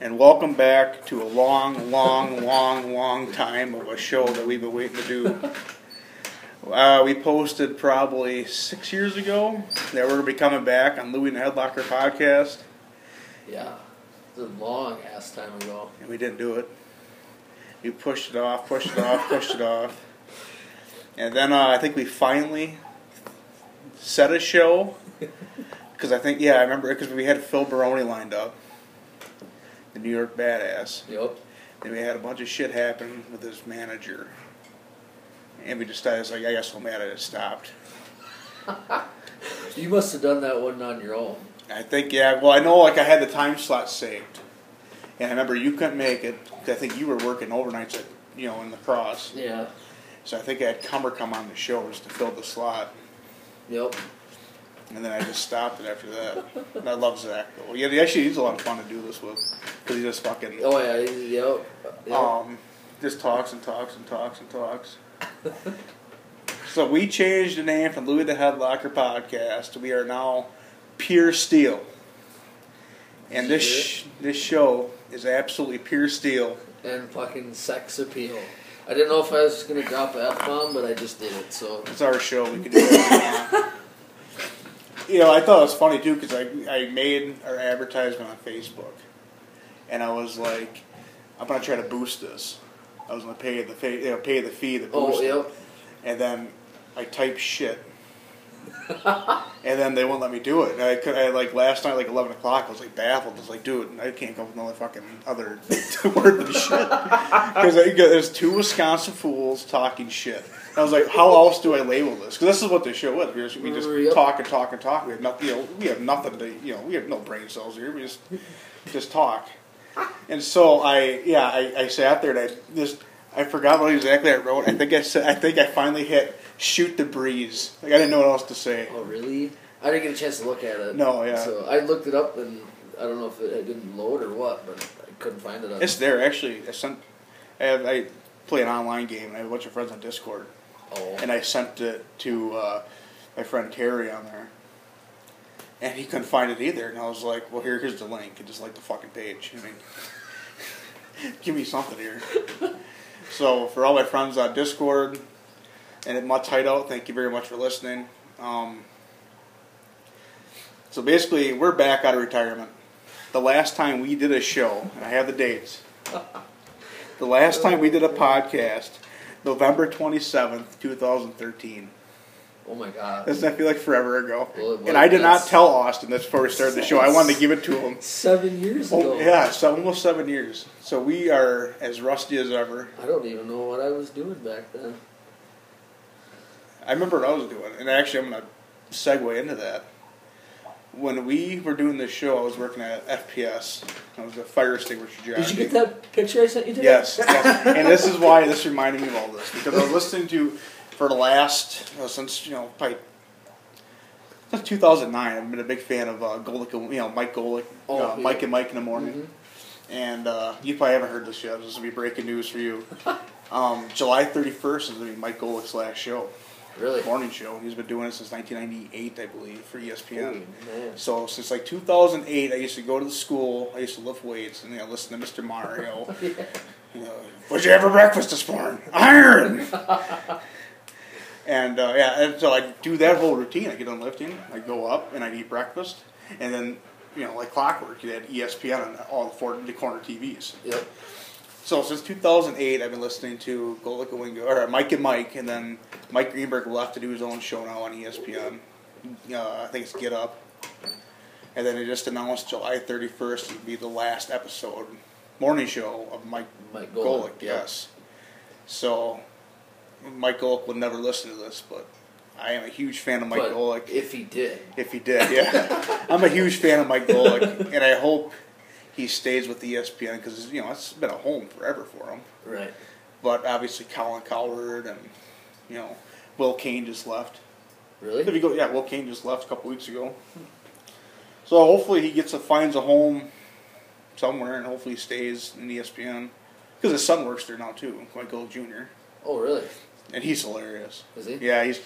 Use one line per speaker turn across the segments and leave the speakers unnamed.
and welcome back to a long, long, long, long time of a show that we've been waiting to do. Uh, we posted probably six years ago that we're gonna be coming back on Louie and the Headlocker podcast,
Yeah. It was a long ass time ago.
and we didn't do it. We pushed it off, pushed it off, pushed it off, and then uh, I think we finally set a show because I think yeah I remember it because we had Phil Baroni lined up, the New York badass.
Yep.
Then we had a bunch of shit happen with his manager. And we decided, it's like, I got so mad I just stopped.
You must have done that one on your own.
I think, yeah, well, I know, like, I had the time slot saved. And I remember you couldn't make it, 'cause I think you were working overnights at, you know, in the cross.
Yeah.
So I think I had Cumber come on the show just to fill the slot.
Yep.
And then I just stopped it after that. And I love Zach, though. Yeah, actually, he's a lot of fun to do this with. Because he just fucking.
Oh yeah. Yep. yep.
Um, just talks and talks and talks and talks. so we changed the name from Louis the Headlocker podcast. We are now Pure Steel, and this sh- this show is absolutely pure steel.
and fucking sex appeal. I didn't know if I was gonna drop an F bomb, but I just did it. So
It's our show. We can do it. you know, I thought it was funny too because I I made our advertisement on Facebook, and I was like, I'm gonna try to boost this. I was gonna pay the pay, you know, pay the fee to boost
oh
it.
yep.
and then I typed shit. and then they won't let me do it. And I could, I like last night, like eleven o'clock, I was like baffled. I was like, dude, I can't come up with another fucking other word than shit because there's two Wisconsin fools talking shit. And I was like, how else do I label this? Because this is what this show is. We just, we just
Yep.
talk and talk and talk. We have nothing. You know, we have nothing to. You know, we have no brain cells here. We just just talk. And so I, yeah, I, I sat there and I just, I forgot what exactly I wrote. I think I said, I think I finally hit shoot the breeze. Like I didn't know what else to say.
Oh really? I didn't get a chance to look at it.
No, yeah.
So I looked it up, and I don't know if it, it didn't load or what, but I couldn't find it. On
It's there actually. I sent, I, have, I play an online game and I have a bunch of friends on Discord
oh.
and I sent it to uh, my friend Terry on there. And he couldn't find it either, and I was like, "Well, here, here's the link. And just like the fucking page. I mean, give me something here." so for all my friends on Discord and at Mutt's Hideout, thank you very much for listening. Um, so basically, we're back out of retirement. The last time we did a show, and I have the dates. The last time we did a podcast, November 27th, 2013.
oh my god.
Doesn't that feel like forever ago?
Well, it was.
and I did not
That's-
tell Austin this before we started the show. I wanted to give it to him.
Seven years ago.
Oh, yeah, so almost seven years. So we are as rusty as ever.
I don't even know what I was doing back then.
I remember what I was doing, and actually, I'm going to segue into that. When we were doing this show, I was working at FPS. I was a fire extinguisher job.
Did you get that picture I sent you today?
Yes, yes. and this is why this reminded me of all this because I was listening to for the last you know, since you know probably since 2009. I've been a big fan of uh, Golick, you know Mike Golick,
Oh,
uh,
yeah.
Mike and Mike in the morning.
Mm-hmm.
And uh, you probably haven't heard this yet. This will be breaking news for you. Um, July 31st is going to be Mike Golick's last show,
Really?
morning show. He's been doing it since 1998, I believe, for E ESPN.
Oh, man.
So since like 2008, I used to go to the school. I used to lift weights and you know, listen to Mr. Mario. you know, "What'd you have for breakfast this morning? Iron. and uh, yeah, and so I do that whole routine. I get on lifting. I go up and I eat breakfast, and then you know, like clockwork, you had E ESPN on all the four the corner TVs.
Yep.
So since 2008, I've been listening to Golik and Wingo, or Mike and Mike, and then Mike Greenberg left to do his own show now on E ESPN. Uh, I think it's Get Up. And then it just announced July 31st would be the last episode, morning show of Mike,
Mike
Golick.
Golick, yeah.
yes. So Mike Golick would never listen to this, but I am a huge fan of Mike
But
Golick.
If he did.
If he did, yeah. I'm a huge fan of Mike Golick, and I hope he stays with E ESPN because you know it's been a home forever for him.
Right.
But obviously, Colin Coward and you know Will Kane just left. If
Really?
you go, yeah, Will Kane just left a couple weeks ago. So hopefully he gets a finds a home somewhere, and hopefully he stays in E ESPN because his son works there now too, Mike Golick Jr.
Oh really?
And he's hilarious.
Is he?
Yeah, he's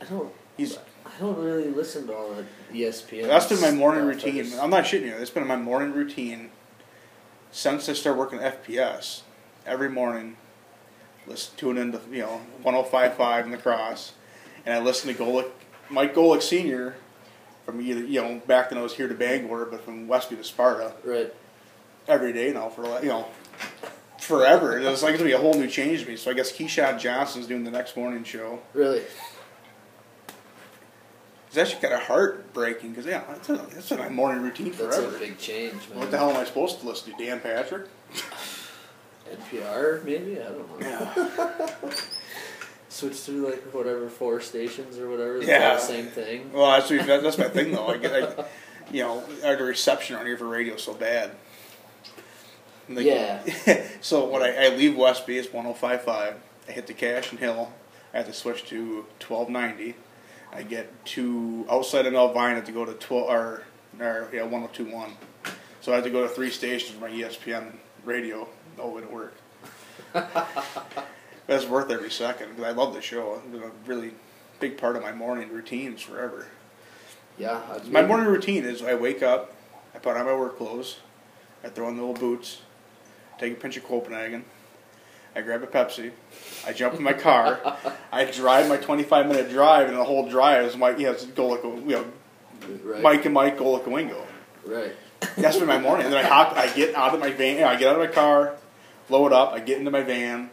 I don't.
he's
I don't really listen to all the E ESPN.
That's been my morning
stuff. I
routine.
just-
I'm not shitting you. That's been my morning routine since I started working at FPS, every morning, listen, tune into you know 105.5 and the Cross, and I listen to Golick, Mike Golick Senior, from either you know back then I was here to Bangor, but from Westview to Sparta
Right.
every day now for like you know forever. It's like gonna be a whole new change to me. So I guess Keyshawn Johnson's doing the next morning show.
Really.
It's actually kind of heartbreaking because yeah, that's a, that's a morning routine
That's
forever.
a big change, man.
What the hell am I supposed to listen to? Dan Patrick?
NPR, maybe? I don't know.
Yeah.
Switch to like whatever four stations or whatever. It's
Yeah.
all the same thing.
well, that's that- that's my thing though. I get, I, you know, I had a reception on here for radio so bad. And they-
Yeah.
so when I, I leave West Bay, it's 105.5. I hit the cash and hill. I have to switch to 1290. I get to outside of Melvine. I have to go to 12 or, or yeah 102.1. So I have to go to three stations for my E ESPN radio all the way to work. That's worth every second because I love the show. It's been a really big part of my morning routines forever.
Yeah. I'd
My morning routine is I wake up, I put on my work clothes, I throw on the old boots, take a pinch of Copenhagen, I grab a Pepsi, I jump in my car, I drive my 25 minute drive, and the whole drive is Mike, yes, Golik, you know,
Right.
Mike and Mike Golikawingo.
Right.
That's been my morning. And then I hop, I get out of my van, I get out of my car, load up, I get into my van,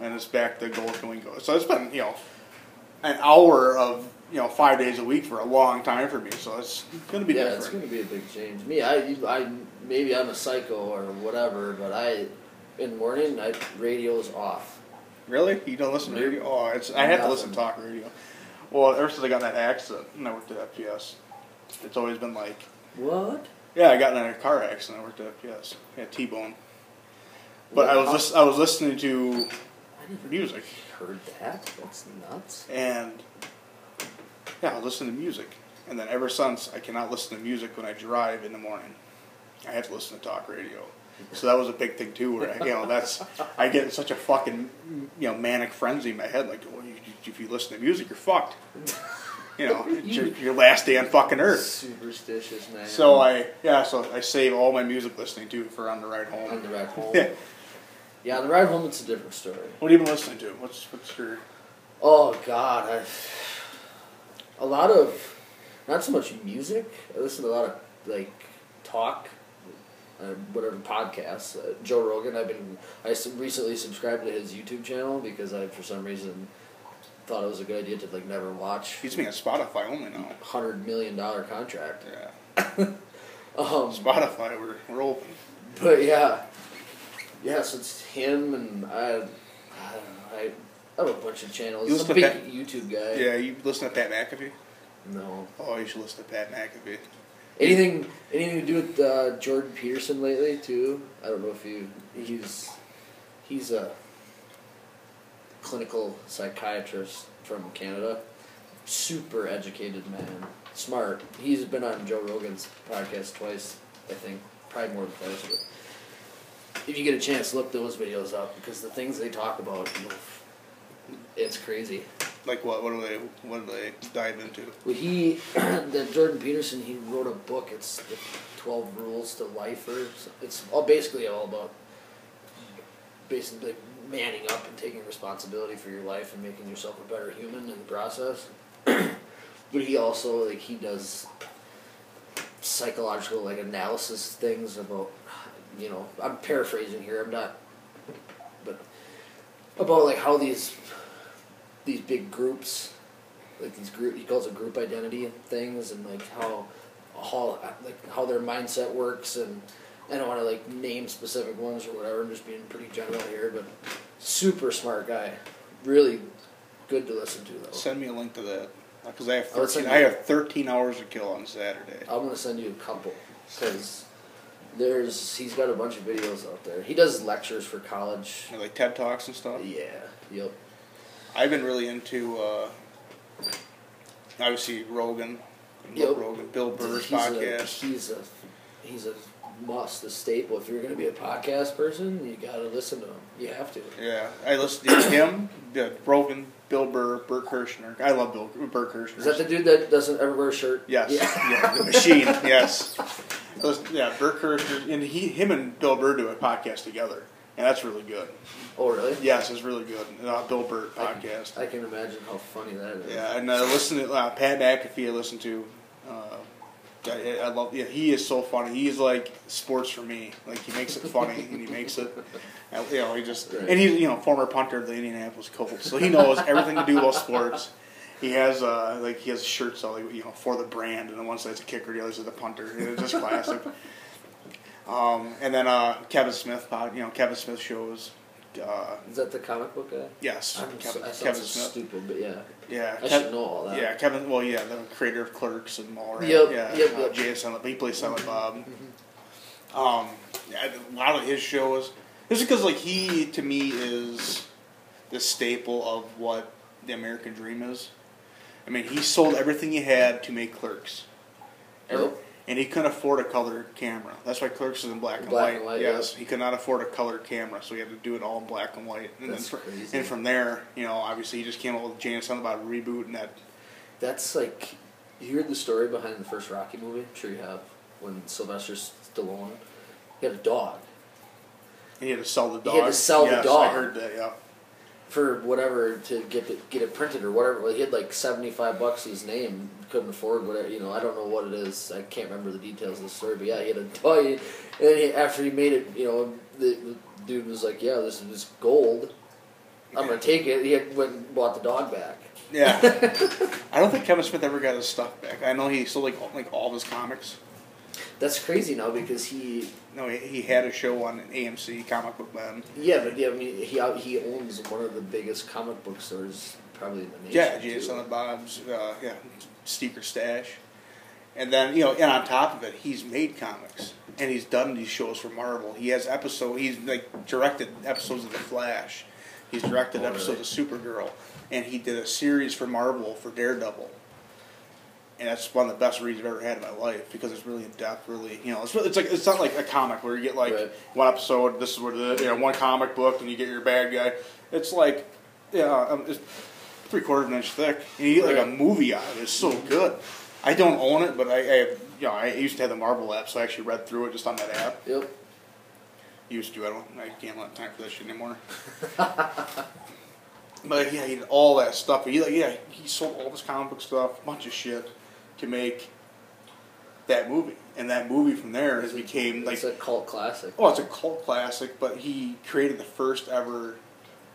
and it's back to Golikawingo. So it's been, you know, an hour of, you know, five days a week for a long time for me. So it's going to be
yeah,
different.
it's gonna be a big change. Me, I, you- I, maybe I'm a psycho or whatever, but I, in the morning, I radio's off.
Really? You don't listen to
Nope.
radio? Oh, it's, I have to
Nothing.
listen to talk radio. Well, ever since I got in that accident and I worked at FPS, it's always been like,
What?
yeah, I got in a car accident. I worked at FPS. Yeah, T-bone. But I was
Wow.
lis- I was listening to music
Heard that? That's nuts.
and yeah, I listen to music. And then ever since, I cannot listen to music when I drive in the morning. I have to listen to talk radio. So that was a big thing too. Where I, you know, that's I get in such a fucking you know manic frenzy in my head. Like, well, you, if you listen to music, you're fucked. You know, it's your, your last day on fucking earth.
Superstitious man.
So I yeah, so I save all my music listening to for on the ride
on
home.
the ride home.
Yeah.
Yeah, on the ride home, it's a different story.
What have you been listening to? What's what's your
Oh God, I've a lot of not so much music. I listen to a lot of like talk, uh, whatever podcasts. Uh, Joe Rogan. I've been I s- recently subscribed to his YouTube channel because I for some reason thought it was a good idea to like never watch
he's being on Spotify only now.
hundred million dollar contract.
Yeah,
Um,
Spotify, we're we're open.
But yeah, yeah. So it's him and I. I don't know. I, I have a bunch of channels.
You
He's a
listen
big
to
YouTube guy.
Yeah, you listen to Pat McAfee.
No.
Oh, you should listen to Pat McAfee.
Anything anything to do with uh, Jordan Peterson lately too? I don't know if you he's he's a clinical psychiatrist from Canada. Super educated man, smart. He's been on Joe Rogan's podcast twice, I think, probably more than twice. But if you get a chance, look those videos up because the things they talk about, you know, it's crazy.
Like what? What do they? What do they dive into?
Well, he, that Jordan Peterson, he wrote a book. It's the Twelve Rules to Life, or so- it's all basically all about basically manning up and taking responsibility for your life and making yourself a better human in the process. but he also like he does psychological like analysis things about you know I'm paraphrasing here. I'm not, but about like how these these big groups like these group he calls it group identity things and like how how like how their mindset works and I don't want to like name specific ones or whatever. I'm just being pretty general here, but super smart guy, really good to listen to though.
Send me a link to that because I have
I would send
thirteen.
you-
I have thirteen hours to kill on Saturday.
I'm gonna send you a couple because there's he's got a bunch of videos out there. He does lectures for college.
You know, like TED talks and stuff.
Yeah. Yep.
I've been really into uh, obviously Rogan,
Yep.
Joe Rogan, Bill Burr's podcast.
A, he's a he's a must, a staple. If you're gonna be a podcast person, you gotta listen to him. You have to.
yeah, I listen to him, yeah, Rogan, Bill Burr, Burt Kirshner. I love Bill Burt Kirshner.
Is that the dude that doesn't ever wear a shirt?
Yes.
Yeah.
Yeah. the machine. Yes. Listen, yeah, Bert Kirschner, and he, him and Bill Burr do a podcast together, and that's really good.
Oh, really?
Yes, it's really good. Uh, Bill Burr podcast.
I can imagine how funny that is.
Yeah, and I listen to uh, Pat McAfee. I listen to. Uh, I, I love. Yeah, he is so funny. He's like sports for me. Like he makes it funny, and he makes it. and, You know, he just
Right.
and he's you know former punter of the Indianapolis Colts, so he knows everything to do about sports. He has uh, like he has shirts all like, you know for the brand, and the one side's a kicker, the other side's a punter. and It's just classic. Um, and then uh, Kevin Smith, pod, you know Kevin Smith shows. Uh,
Is that the comic book guy?
yes,
I'm so,
Kevin,
I sound
Kevin
so
Smith.
stupid, but yeah.
Yeah,
I
Kev-
should know all that.
yeah, Kevin. Well, yeah, the creator of Clerks and all that.
Yep,
yeah,
yep,
uh,
yep. Mm-hmm.
Jay and Silent, he plays Silent Bob. Um, yeah, a lot of his shows. This is because like he to me is the staple of what the American dream is. I mean, he sold everything he had to make Clerks. Every-
Yep.
And he couldn't afford a color camera. That's why Clerks is in black and
Black
white.
and white,
yes,
yeah.
he could not afford a color camera, so he had to do it all in black and white. And
That's
then fr-
crazy.
And from there, you know, obviously he just came up with James something about reboot and that
That's like, you heard the story behind the first Rocky movie? I'm sure you have. When Sylvester Stallone, he had a dog
And he had to sell the
He
dog.
had to sell the
yes, I
dog.
heard that. Yeah.
for whatever to get it, get it printed or whatever. Well, he had like seventy five bucks his name. Couldn't afford whatever you know. I don't know what it is. I can't remember the details of the story. But yeah, he had a dog. And then he, after he made it, you know, the, the dude was like, "Yeah, this is gold. I'm gonna take it." He had, went and bought the dog back.
Yeah. I don't think Kevin Smith ever got his stuff back. I know he sold like all, like all of his comics.
That's crazy now because he
No, he, he had a show on AMC Comic Book Man.
yeah, but yeah, I mean he out- he owns one of the biggest comic book stores probably in the nation.
Yeah,
too.
Jason and Bob's. Uh, yeah, Sneaker Stash. And then you know, and on top of it, he's made comics and he's done these shows for Marvel. He has episode. He's like directed episodes of The Flash. He's directed
Oh,
episodes of Supergirl, and he did a series for Marvel for Daredevil. and that's one of the best reads I've ever had in my life because it's really in depth. Really, you know, it's really, it's like it's not like a comic where you get like
Right.
one episode. This is what it is, you know, one comic book, and you get your bad guy. It's like yeah, um, it's three quarters of an inch thick, and you get like a
Right.
movie out of it. It's so good. I don't own it, but I, I have, you know I used to have the Marvel app, so I actually read through it just on that app.
Yep.
Used to. I don't. I can't have time for that shit anymore. but yeah, he did all that stuff. He like yeah, he sold all this comic book stuff, bunch of shit, to make that movie. And that movie from there has became like
it's a cult classic.
oh, it's a cult classic. But he created the first ever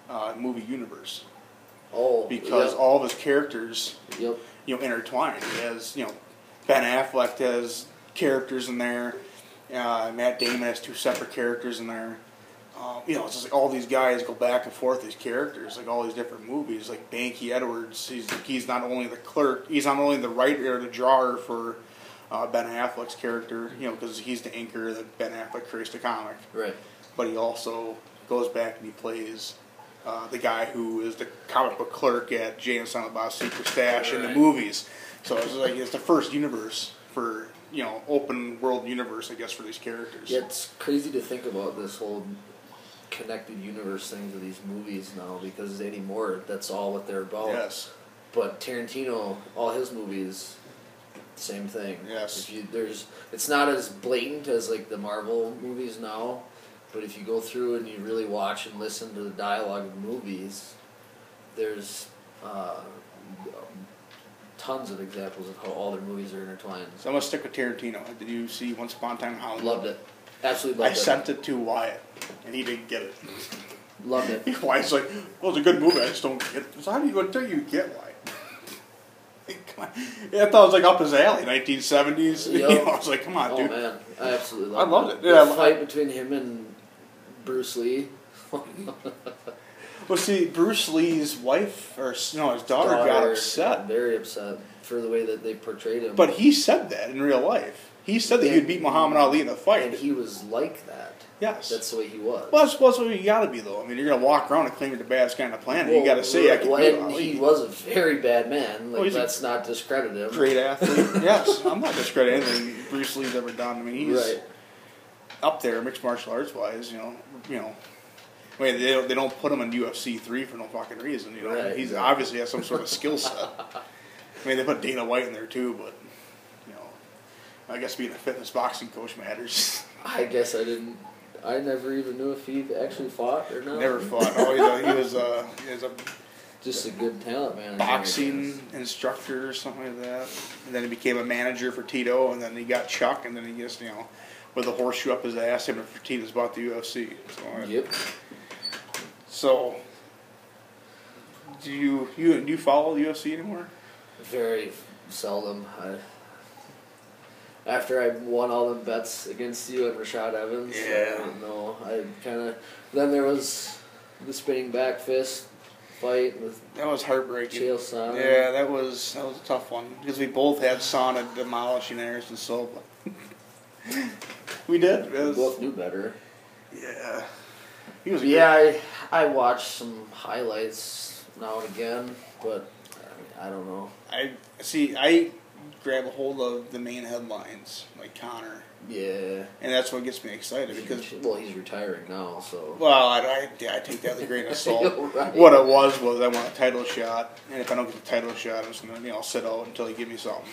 uh, movie universe
Oh,
because
yep,
all of his characters
yep.
you know intertwined. He has you know Ben Affleck has characters in there. Uh, Matt Damon has two separate characters in there. Uh, you know, it's just like all these guys go back and forth these characters, like all these different movies. Like Banky Edwards, he's he's not only the clerk, he's not only the writer or the drawer for uh, Ben Affleck's character. You know, because he's the anchor that Ben Affleck creates the comic
right.
but he also goes back and he plays uh, the guy who is the comic book clerk at Jay and Silent Bob's Secret Stash in the
Right.
movies. So it's like it's the first universe for you know open world universe, I guess, for these characters.
Yeah, it's crazy to think about this whole connected universe thing to these movies now because anymore that's all what they're about.
Yes.
But Tarantino, all his movies, same thing.
Yes.
If you, there's, it's not as blatant as like the Marvel movies now, but if you go through and you really watch and listen to the dialogue of movies, there's uh, tons of examples of how all their movies are intertwined.
So I'm gonna stick with Tarantino. Did you see Once Upon a Time in Hollywood?
Loved it. Absolutely
I
loved it.
sent it to Wyatt, and he didn't get it.
Loved it.
Wyatt's like, "Well, it's a good movie. I just don't get it." So how do you until you get Wyatt? Come on. Yeah, I thought it was like up his alley, 1970s. You
Yep.
know, I was like, "Come on,
oh
dude."
man, I absolutely
I
love
loved it.
The
Yeah, I lo-
fight between him and Bruce Lee.
Well, see, Bruce Lee's wife, or no, his daughter, got upset.
Very upset for the way that they portrayed him.
But he said that in real life. He said that he'd beat Muhammad Ali in a
and
fight.
he was like that.
yes.
That's the way he was.
well, that's, that's what you gotta be, though. I mean, you're gonna walk around and claim you're the baddest guy on the planet. you gotta say, I can
well,
beat
and
Ali.
he was a very bad man. Like
Well, he's a-
let's not discredit him.
Great athlete. yes. I'm not discrediting anything Bruce Lee's ever done. I mean, he's
Right.
up there mixed martial arts wise, you know. You know. I mean, they don't, they don't put him in UFC 3 for no fucking reason, you know.
Right,
He's
exactly.
obviously has some sort of skill set. I mean, they put Dana White in there, too, but, you know. I guess being a fitness boxing coach matters.
I guess I didn't. I never even knew if he actually fought or not.
Never fought. Oh, he's a, he was a, he was a
Just a good talent man.
boxing instructor or something like that. And then he became a manager for Tito, and then he got Chuck, and then he gets, you know, with a horseshoe up his ass, him and Tito's bought the UFC. So, I-
Yep.
so do you, you, do you follow the UFC anymore?
Very seldom. I, after I won all the bets against you and Rashad Evans,
Yeah.
no, I kind of. Then there was the spinning back fist fight with
That was heartbreaking.
Chael Sonnen.
Yeah, that was that was a tough one because we both had Sauna demolishing Anderson Silva. we did. It
we
was-
both knew better.
yeah, he was.
Yeah, I, I watched some highlights now and again, but I, I don't know.
good. I see. I grab a hold of the main headlines like Connor,
Yeah.
and that's what gets me excited because.
well, he's retiring now, so.
Well, I, I, yeah, I take that with a grain of salt.
You're right.
What it was was I want a title shot, and if I don't get the title shot, I'm just gonna you know sit out until they give me something.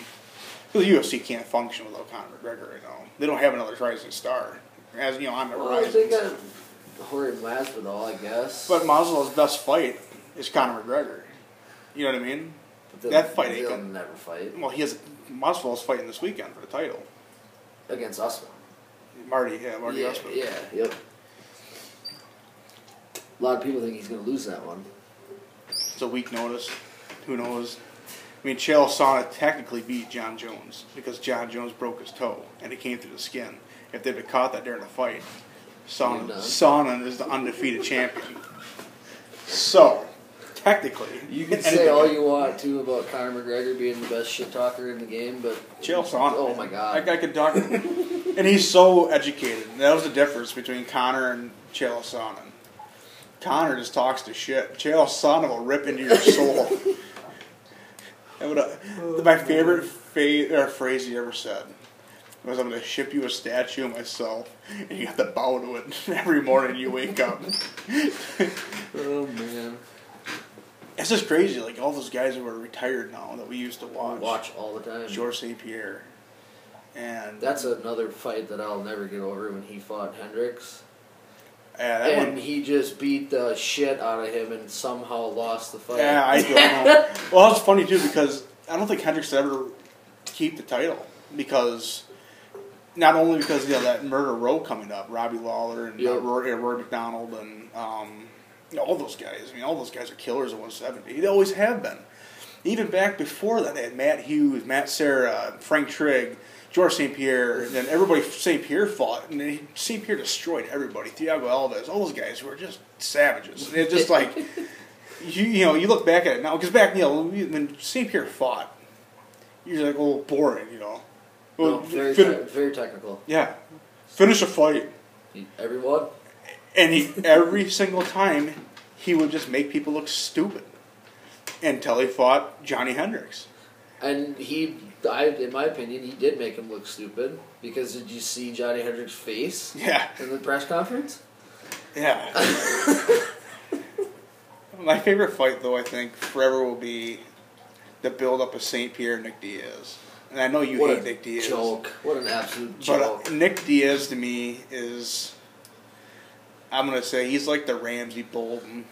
Because the UFC can't function without Conor McGregor right now. They don't have another rising star. As you know, I'm a
Well, I
rising.
think I, Jorge Masvidal, I guess.
But Masvidal's best fight is Conor McGregor. You know what I mean?
But they'll-
that fight ain't
they'll
gonna-
never fight
Well, he has Masvidal's fighting this weekend for the title.
against us.
Marty, yeah, Marty
yeah,
Usman.
yeah, yep. A lot of people think he's going to lose that one.
It's a week notice. Who knows? I mean, Chael Sonnen technically beat John Jones because John Jones broke his toe and it came through the skin. If they'd have caught that during the fight, Sonnen,
You're done.
Sonnen is the undefeated champion. So, technically,
You can
anything-
say all you want too about Conor McGregor being the best shit talker in the game, but
Chael Sonnen.
Oh my god,
That guy could talk. and he's so educated. And that was the difference between Connor and Chael Sonnen. Connor just talks to shit. Chael Sonnen will rip into your soul. that would, uh, my favorite fa- or phrase he ever said was, "I'm gonna ship you a statue of myself, and you have to bow to it every morning you wake up."
oh man,
it's just crazy. Like all those guys who are retired now that we used to watch.
watch all the time.
George St. Pierre, and
That's another fight that I'll never get over when he fought Hendricks.
yeah, that
And
one,
he just beat the shit out of him and somehow lost the fight.
Yeah, I don't know. well, it's funny too because I don't think Hendricks ever keep the title because not only because you know that murder row coming up, Robbie Lawler and
Yep.
uh, Rory, uh, Rory McDonald and um, you know, all those guys. I mean, all those guys are killers at 170. They always have been. Even back before that, they had Matt Hughes, Matt Serra, Frank Trigg, George St. Pierre, and then everybody St. Pierre fought, and then St. Pierre destroyed everybody. Thiago Alves, all those guys were just savages. They're just like, you, you know, you look back at it now, because back, you know, when St. Pierre fought, you're like, oh, boring, you know.
No,
Well,
very,
fin-
te- very technical.
yeah. Finish a fight.
Everyone,
And he, every single time, he would just make people look stupid. Until he fought Johnny Hendricks.
and he, I, in my opinion, he did make him look stupid because did you see Johnny Hendricks' face
Yeah,
in the press conference?
yeah. My favorite fight, though, I think, forever will be the build up of St. Pierre and Nick Diaz. And I know you
what
hate
a
Nick Diaz.
joke! What an absolute
But uh,
joke!
Nick Diaz to me is, I'm gonna say he's like the Ramsey Bolton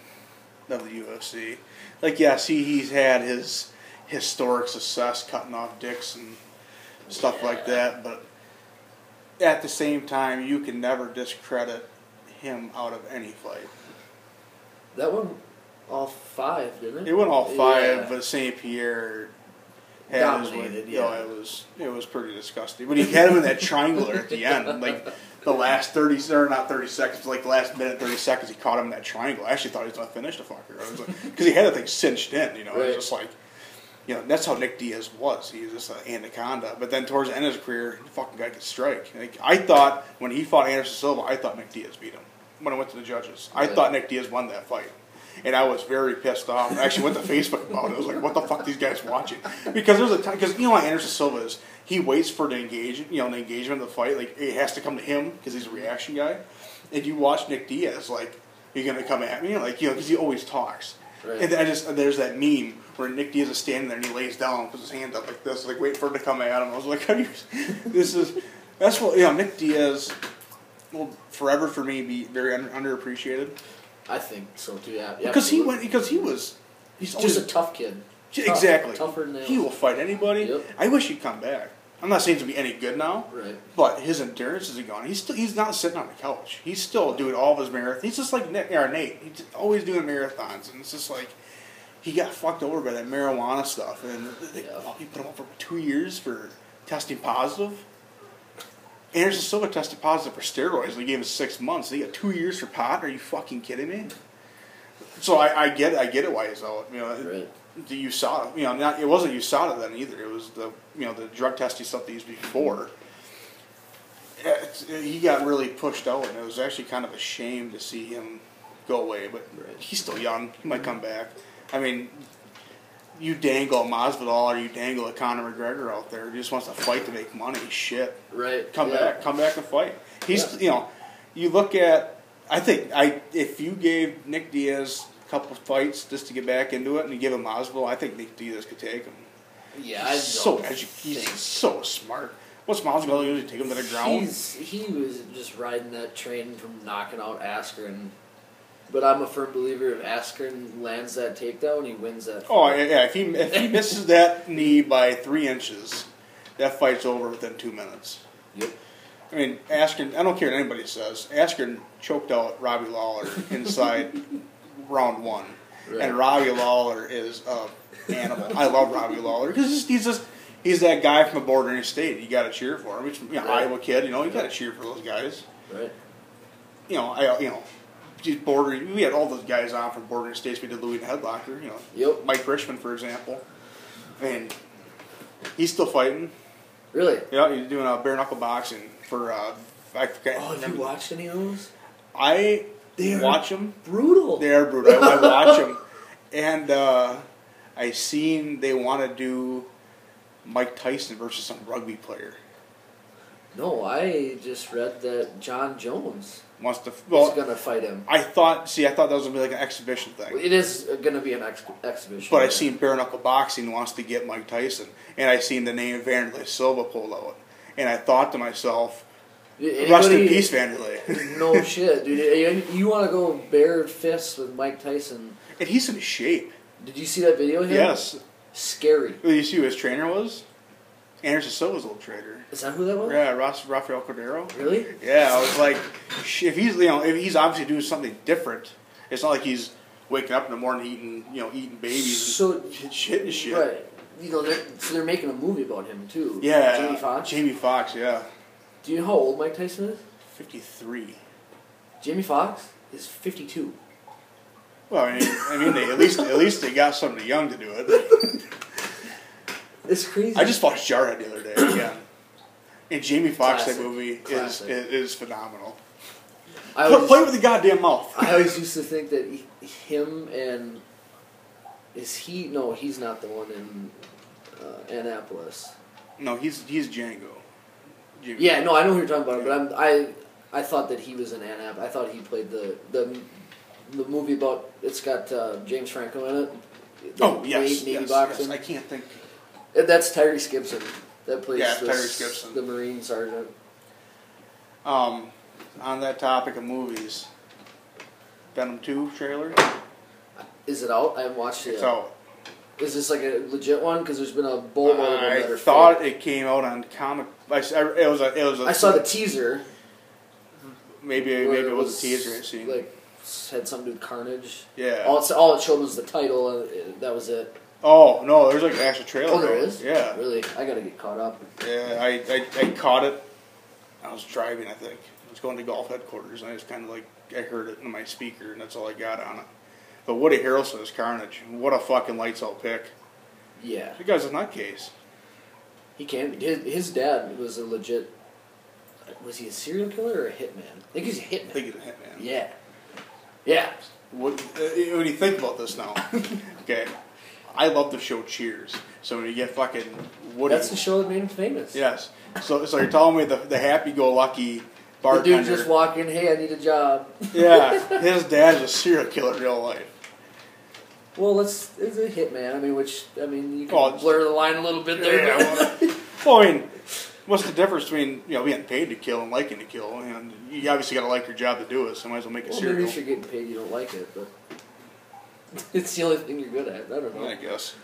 of the UFC. Like, yes, he, he's had his historic success cutting off dicks and stuff like that, but at the same time, you can never discredit him out of any fight.
that one, all five, didn't it?
It went all five,
Yeah.
but Saint Pierre had his
Dominated,
way.
yeah.
Yeah, it was it was pretty disgusting. But he had him in that triangular at the end, like the last thirty or not thirty seconds, like the last minute thirty seconds, he caught him in that triangle. I actually thought he was gonna finish the fucker because he had that thing cinched in. You know, it
Right.
was just like. You know, that's how Nick Diaz was. He was just an anaconda. But then towards the end of his career, the fucking guy could strike. Like, I thought when he fought Anderson Silva, I thought Nick Diaz beat him. When I went to the judges, I
Right.
thought Nick Diaz won that fight, and I was very pissed off. I actually went to Facebook about it. I was like, "What the fuck, these guys watching?" Because there's a time because you know how Anderson Silva is. He waits for the engage, you know, the engagement of the fight. Like it has to come to him because he's a reaction guy. And you watch Nick Diaz, like, "Are you gonna come at me?" Like you know, because he always talks.
Right.
And I just there's that meme where Nick Diaz is standing there and he lays down, and puts his hand up like this, like wait for it to come at him. I was like, Are you, this is that's what yeah Nick Diaz will forever for me be very under, underappreciated
I think so too. Yeah, yeah,
because he
absolutely.
went because he was he's
just
always,
a tough kid.
j-
tough-
exactly
tougher than nails.
he will fight anybody.
Yep.
I wish he'd come back. I'm not saying to be any good now,
Right.
but his endurance is gone. He's still he's not sitting on the couch. He's still doing all of his marathons. He's just like Nick or Nate. He's always doing marathons, and it's just like he got fucked over by that marijuana stuff, and they,
Yeah.
oh, he put him up for two years for testing positive. Anderson Silva tested positive for steroids. They gave him six months. They got two years for pot. Are you fucking kidding me? So I, I get I get it why he's out. You know,
Right.
the USADA, you know, not it wasn't USADA then either. It was the you know the drug testing stuff they used before. It's- uh, he got really pushed out, and it was actually kind of a shame to see him go away. But
Right.
he's still young; he might come back. I mean, you dangle a Masvidal or you dangle a Conor McGregor out there who just wants to fight to make money. Shit,
Right.
come
yeah.
back, come back and fight. He's
Yeah.
you know, you look at I think I if you gave Nick Diaz a couple fights just to get back into it and you give him Oswald, I think Nick Diaz could take him.
Yeah, I
He's
don't
so edu- he's
think-
so smart. What's Miles going to do? Take him to the ground?
He's, he was just riding that train from knocking out Askren. But I'm a firm believer if Askren lands that takedown, he wins that.
oh yeah, yeah, if he if he misses that knee by three inches, that fight's over within two minutes.
Yep.
I mean, Askren. I don't care what anybody says. Askren choked out Robbie Lawler inside round one,
Right.
and Robbie Lawler is a animal. I love Robbie Lawler because he's just he's that guy from a bordering state. You got to cheer for him. He's you know,
Right.
Iowa kid. You know, you got to cheer for those guys.
Right.
You know, I you know. He's bordering. We had all those guys on from bordering states. We did Louis and Headlocker. You know,
Yep.
Mike Richmond, for example. And he's still fighting.
Really?
Yeah, he's doing a bare knuckle boxing for. Uh, I forget.
Oh, have you watched any of those?
I
They're-
watch them.
Brutal.
They are brutal. I, I watch them, and uh, I seen they want to do Mike Tyson versus some rugby player.
No, I just read that John Jones
Wants to
is
well,
going to fight him.
I thought. See, I thought that was gonna be like an exhibition thing.
It is going to be an ex- exhibition.
But I seen bare knuckle boxing wants to get Mike Tyson, and I seen the name Vanderlei Silva pulled out, and I thought to myself,
Anybody-
"Rest in peace, Vanderlei."
No shit, dude. You- You want to go bare fists with Mike Tyson?
and he's in shape.
Did you see that video? Of him?
Yes.
Scary.
You see who his trainer was? Anderson Silva's old trainer.
Is that who that was?
Yeah, Ros- Rafael Cordero.
Really?
Yeah, I was like, sh- if he's you know if he's obviously doing something different, it's not like he's waking up in the morning eating you know eating babies
So
and shit and shit.
right, you know, they're, so they're making a movie about him too.
Yeah,
Jamie Foxx.
Jamie Foxx, yeah,
Do you know how old Mike Tyson is?
fifty three.
Jamie Foxx is fifty-two.
Well, I mean, I mean, they, at least at least they got somebody young to do it.
It's crazy.
I just watched Jarhead the other day again, and Jamie Foxx that
Classic.
movie is,
Classic.
is is phenomenal.
I
Put-
always,
play with the goddamn mouth.
I always used to think that he, him and is he? No, he's not the one in uh, Annapolis.
No, he's he's Django. Jamie
Yeah, no, I know who you're talking about, but I'm, I I thought that he was in Anap. I thought he played the the the movie about it's got uh, James Franco in it. The
Oh yes,
Navy
yes, yes.
boxing.
I can't think.
And Uh, That's Tyrese Gibson that plays
Yeah,
the,
Tyrese Gibson.
the Marine sergeant.
Um, on that topic of movies, Venom Two trailer.
Is it out? I haven't watched it. Yet.
It's out.
Is this like a legit one? Because there's been a bowl of them
I
that are
thought
fake.
it came out on comic. I, s- I- it was a. It was a.
I saw the teaser.
Maybe
where
maybe it was a teaser I seen.
Like had something to do with Carnage.
yeah.
All, it's, all it showed was the title. And it, that was it.
oh no, there's like an actual trailer.
Oh, there
though.
is.
Yeah.
Really, I gotta get caught up.
Yeah. I, I I caught it. I was driving. I think I was going to golf headquarters, and I just kind of like I heard it in my speaker, and that's all I got on it. But Woody Harrelson is Carnage. What a fucking lights out pick.
Yeah.
That guy's a nutcase.
He can be. His, his dad was a legit. Was he a serial killer or a hitman? I think he's a
I
hitman.
think he's a hitman.
yeah. Yeah.
What, uh, when you think about this now, okay, I love the show Cheers. So when you get fucking Woody,
That's the show that made him famous.
yes. So so you're telling me the the happy-go-lucky
The
bartender,
dude just walked in, hey, I need a job.
yeah, his dad's a serial killer in real life.
Well, let's it's a hitman. I mean, which I mean, you can
Well, it's-
blur the line a little bit there.
Yeah,
but-
well, well, I mean, what's the difference between you know being paid to kill and liking to kill? And you obviously got to like your job to do it, so might as well make a
Well, maybe
serial.
if you're getting paid, you don't like it, but it's the only thing you're good at. I don't know.
I guess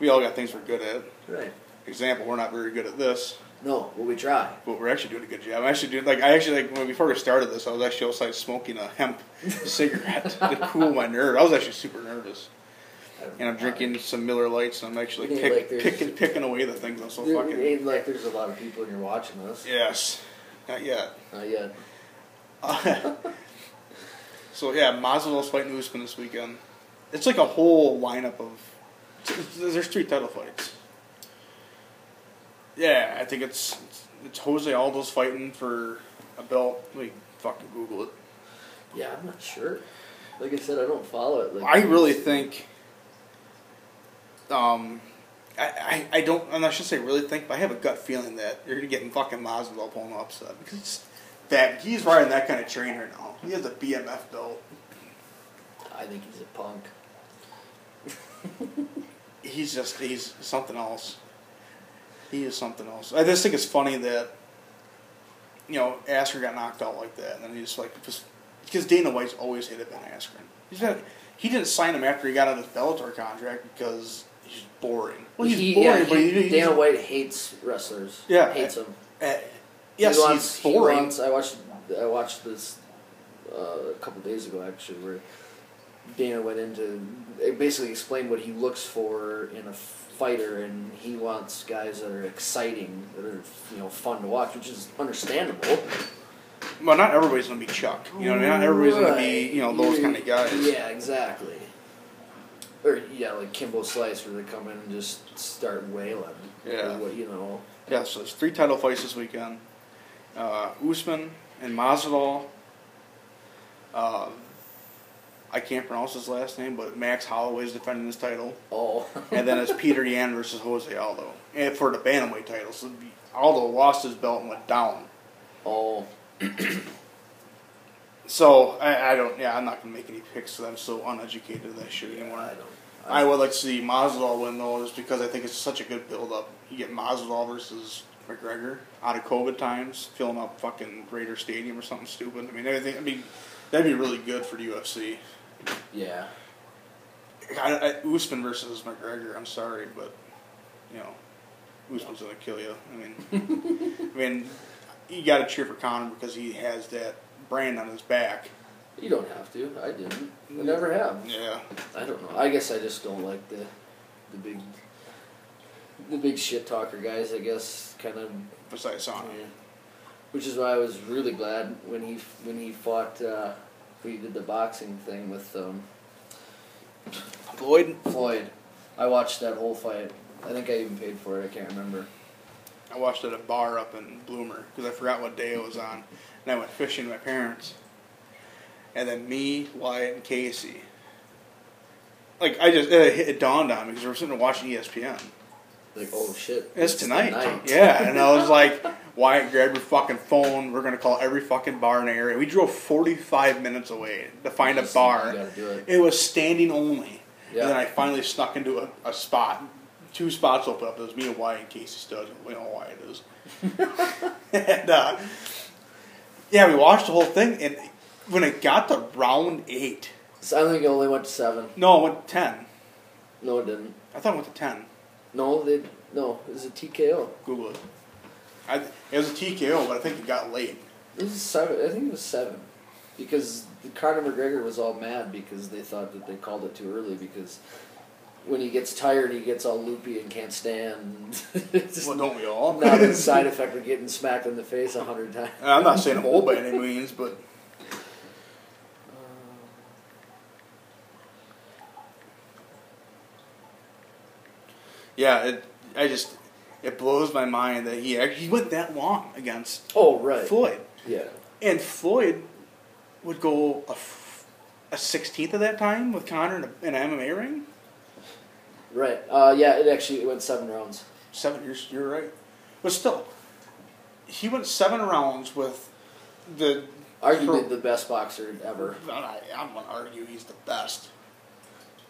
we all got things we're good at.
Right?
Example: We're not very good at this,
No, well, we try.
but we're actually doing a good job. I actually do like I actually like when before we started this, I was actually outside smoking a hemp cigarette to cool my nerve. I was actually super nervous,
I don't
and I'm
know.
drinking some Miller Lights, and I'm actually
It ain't
pick,
like there's-
picking picking away the things I'm so
There-
fucking.
it ain't like there's a lot of people and you're watching us.
Yes, not yet.
Not yet.
so yeah, Masvidal's fighting Usman this weekend. It's like a whole lineup of. There's three title fights. Yeah, I think it's it's, it's Jose Aldo's fighting for a belt. Let me fucking Google it.
Yeah, I'm not sure. Like I said, I don't follow it. Like,
I really think. Um, I, I, I don't, and I should say really think, but I have a gut feeling that you're gonna get fucking Masvidal pulling an upset because that he's riding that kind of train right now. He has a BMF belt.
I think he's a punk.
he's just he's something else. He is something else. I just think it's funny that you know Askren got knocked out like that, and then he's like just because Dana White's always hated Ben Askren. He's not, he didn't sign him after he got out of his Bellator contract because he's boring. Well, he's
He-
boring,
yeah,
but
he-
he, he's,
Dana White hates wrestlers.
Yeah.
hates them.
uh, yes,
he wants,
he's
he
boring.
wants- I watched. I watched this uh, a couple days ago actually, where Dana went into it basically explained what he looks for in a fighter, and he wants guys that are exciting, that are you know fun to watch, which is understandable.
well, not everybody's gonna be Chuck. You know, what I mean, not everybody's gonna be
Right.
you know those
You-
kind of guys.
Yeah, exactly. Or yeah, like Kimbo Slice, where they come in and just start wailing.
Yeah.
Or what you know.
Yeah, so there's three title fights this weekend. Uh, Usman and Masvidal. Uh, I can't pronounce his last name, but Max Holloway's defending his title.
Oh,
And then it's Peter Yan versus Jose Aldo and for the bantamweight title. So Aldo lost his belt and went down.
oh,
So I, I don't. Yeah, I'm not gonna make any picks. So I'm so uneducated in that shit anymore.
I don't.
I would like to see Masvidal win though, just because I think it's such a good build-up. You get Masvidal versus McGregor out of COVID times, filling up fucking Raider Stadium or something stupid. I mean, everything. I mean, that'd be really good for the UFC.
Yeah.
I, I, Usman versus McGregor. I'm sorry, but you know, Usman's gonna kill you. I mean, I mean, you got to cheer for Conor because he has that brand on his back.
You don't have to. I didn't. I never have.
Yeah.
I don't know. I guess I just don't like the the big the big shit talker guys. I guess kind of.
Besides Sonic.
yeah. Which is why I was really glad when he when he fought. Uh, we did the boxing thing with um,
Lloyd.
Floyd. I watched that whole fight. I think I even paid for it. I can't remember.
I watched it at a bar up in Bloomer because I forgot what day it was on, and I went fishing with my parents. And then me, Wyatt, and Casey. Like I just it, it dawned on me because we were sitting there watching E ESPN.
Like oh shit.
It's, tonight.
tonight.
yeah. And I was like, Wyatt, grab your fucking phone. We're gonna call every fucking bar in the area. We drove forty five minutes away to find a
Just-
bar.
You gotta do it.
It was standing only.
Yeah.
And then I finally snuck into a, a spot. Two spots open up. It was me and Wyatt and Casey Stubbs. We know why it is. and uh, yeah, we watched the whole thing. And when it got to round eight,
So I think it only went to seven.
no, it went to 10.
No, it didn't.
I thought it went to 10.
No, they no. It was a TKO.
Google it. I, it was a TKO, but I think it got late.
It was seven. I think it was seven, because the Conor McGregor was all mad because they thought that they called it too early because when he gets tired, he gets all loopy and can't stand. It's just
Well, don't we all?
not a side effect of getting smacked in the face a hundred times.
And I'm not saying I'm old by any means, but Uh, yeah, it. I just it blows my mind that he actually, he went that long against
Oh right.
Floyd,
Yeah.
and Floyd would go a, f- a sixteenth of that time with Connor in, a, in an MMA ring.
Right. Uh, yeah. It actually it went seven rounds.
Seven years, you're right, but still, he went seven rounds with the.
Arguably
for-
the best boxer ever.
I, I'm gonna argue he's the best.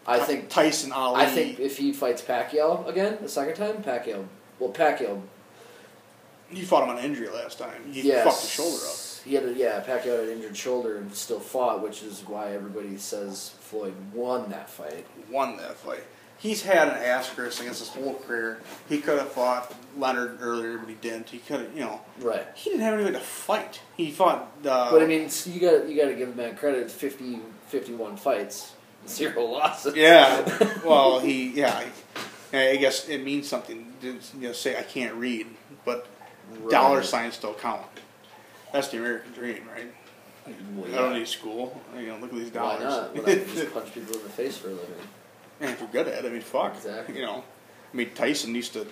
I think
Tyson Ali.
I think if he fights Pacquiao again the second time, Pacquiao. Well, Pacquiao.
you fought him on injury last time. He
yes,
fucked his shoulder up.
He had a, yeah, Pacquiao had an injured shoulder and still fought, which is why everybody says Floyd won that fight.
won that fight. He's had an asterisk against his whole career. He could have fought Leonard earlier, but he didn't. He could have, you know,
Right.
he didn't have anybody to fight. He fought. Uh,
But I mean, s- you got you got to give the man credit. 50, 51 fights, zero losses.
yeah. Well, he, yeah. he- I guess it means something. to you know, say I can't read, but
Right.
dollar signs still count. That's the American dream, right?
Well,
I don't need school. You know, look at these
Why
dollars.
not? When I can just punch people in the face for a living.
And if you're good at it, I mean, fuck.
Exactly.
You know, I mean, Tyson used to,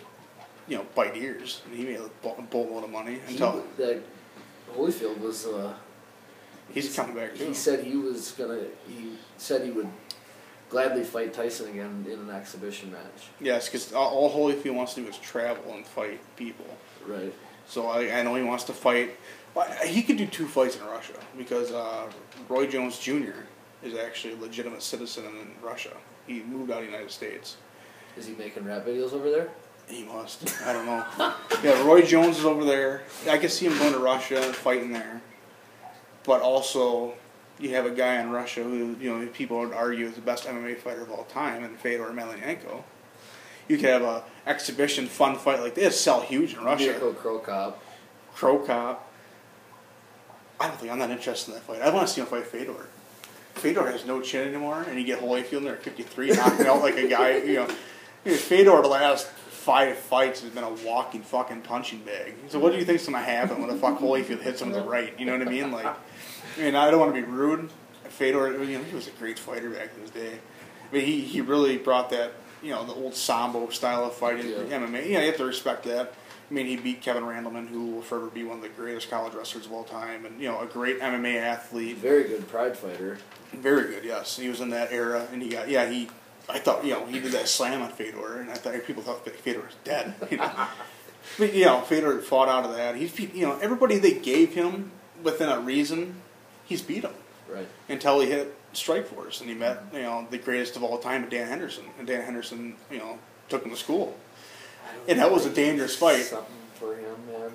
you know, bite ears. He made a bo- boatload of money until
He- that Holyfield was. Uh,
he's coming back too.
He said he was gonna. He said he would gladly fight Tyson again in an exhibition match.
Yes, because all Holyfield wants to do is travel and fight people.
Right.
So I, I know he wants to fight. Well, he could do two fights in Russia because uh, Roy Jones Jr. is actually a legitimate citizen in Russia. He moved out of the United States.
Is he making rap videos over there?
He must. I don't know. yeah, Roy Jones is over there. I can see him going to Russia and fighting there. But also, you have a guy in Russia who, you know, people would argue is the best MMA fighter of all time, and Fedor Emelianenko. You could have a exhibition fun fight like this, sell huge in Russia.
Mirko Krokop.
Crow Cop. I don't think I'm not interested in that fight. I want to see him fight Fedor. Fedor has no chin anymore, and you get Holyfield in there at 53, knocking out like a guy, you know. Dude, Fedor, the last five fights, has been a walking fucking punching bag. So what do you think's going to happen when the fuck Holyfield hits him with the right? You know what I mean? Like, I mean, I don't want to be rude. Fedor, you know, he was a great fighter back in his day. I mean, he, he really brought that, you know, the old Sambo style of fighting,
Yeah.
MMA. You know, you have to respect that. I mean, he beat Kevin Randleman, who will forever be one of the greatest college wrestlers of all time, and, you know, a great MMA athlete.
Very good pride fighter.
Very good, yes. He was in that era, and he got yeah. He, I thought you know he did that slam on Fedor, and I thought people thought that Fedor was dead. You know? but you know Fedor fought out of that. He's beat you know everybody they gave him within a reason. He's beat him
Right.
until he hit Strikeforce, and he met you know the greatest of all time, Dan Henderson, and Dan Henderson you know took him to school. And that was a dangerous fight.
Something for him, man.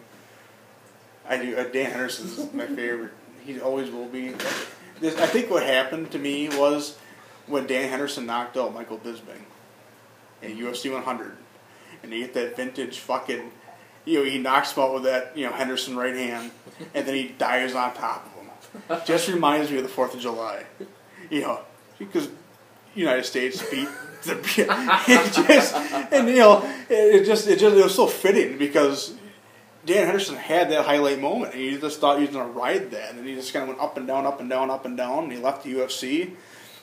I do. Uh, Dan Henderson's my favorite. He always will be. This, I think what happened to me was when Dan Henderson knocked out Michael Bisping in UFC 100, and they get that vintage fucking, you know, he knocks him out with that you know Henderson right hand, and then he dives on top of him. Just reminds me of the Fourth of July, you know, because United States beat the it just and you know it it just it just it was so fitting because Dan Henderson had that highlight moment, and you just thought he was going to ride that, and he just kind of went up and down, up and down, up and down, and he left the UFC,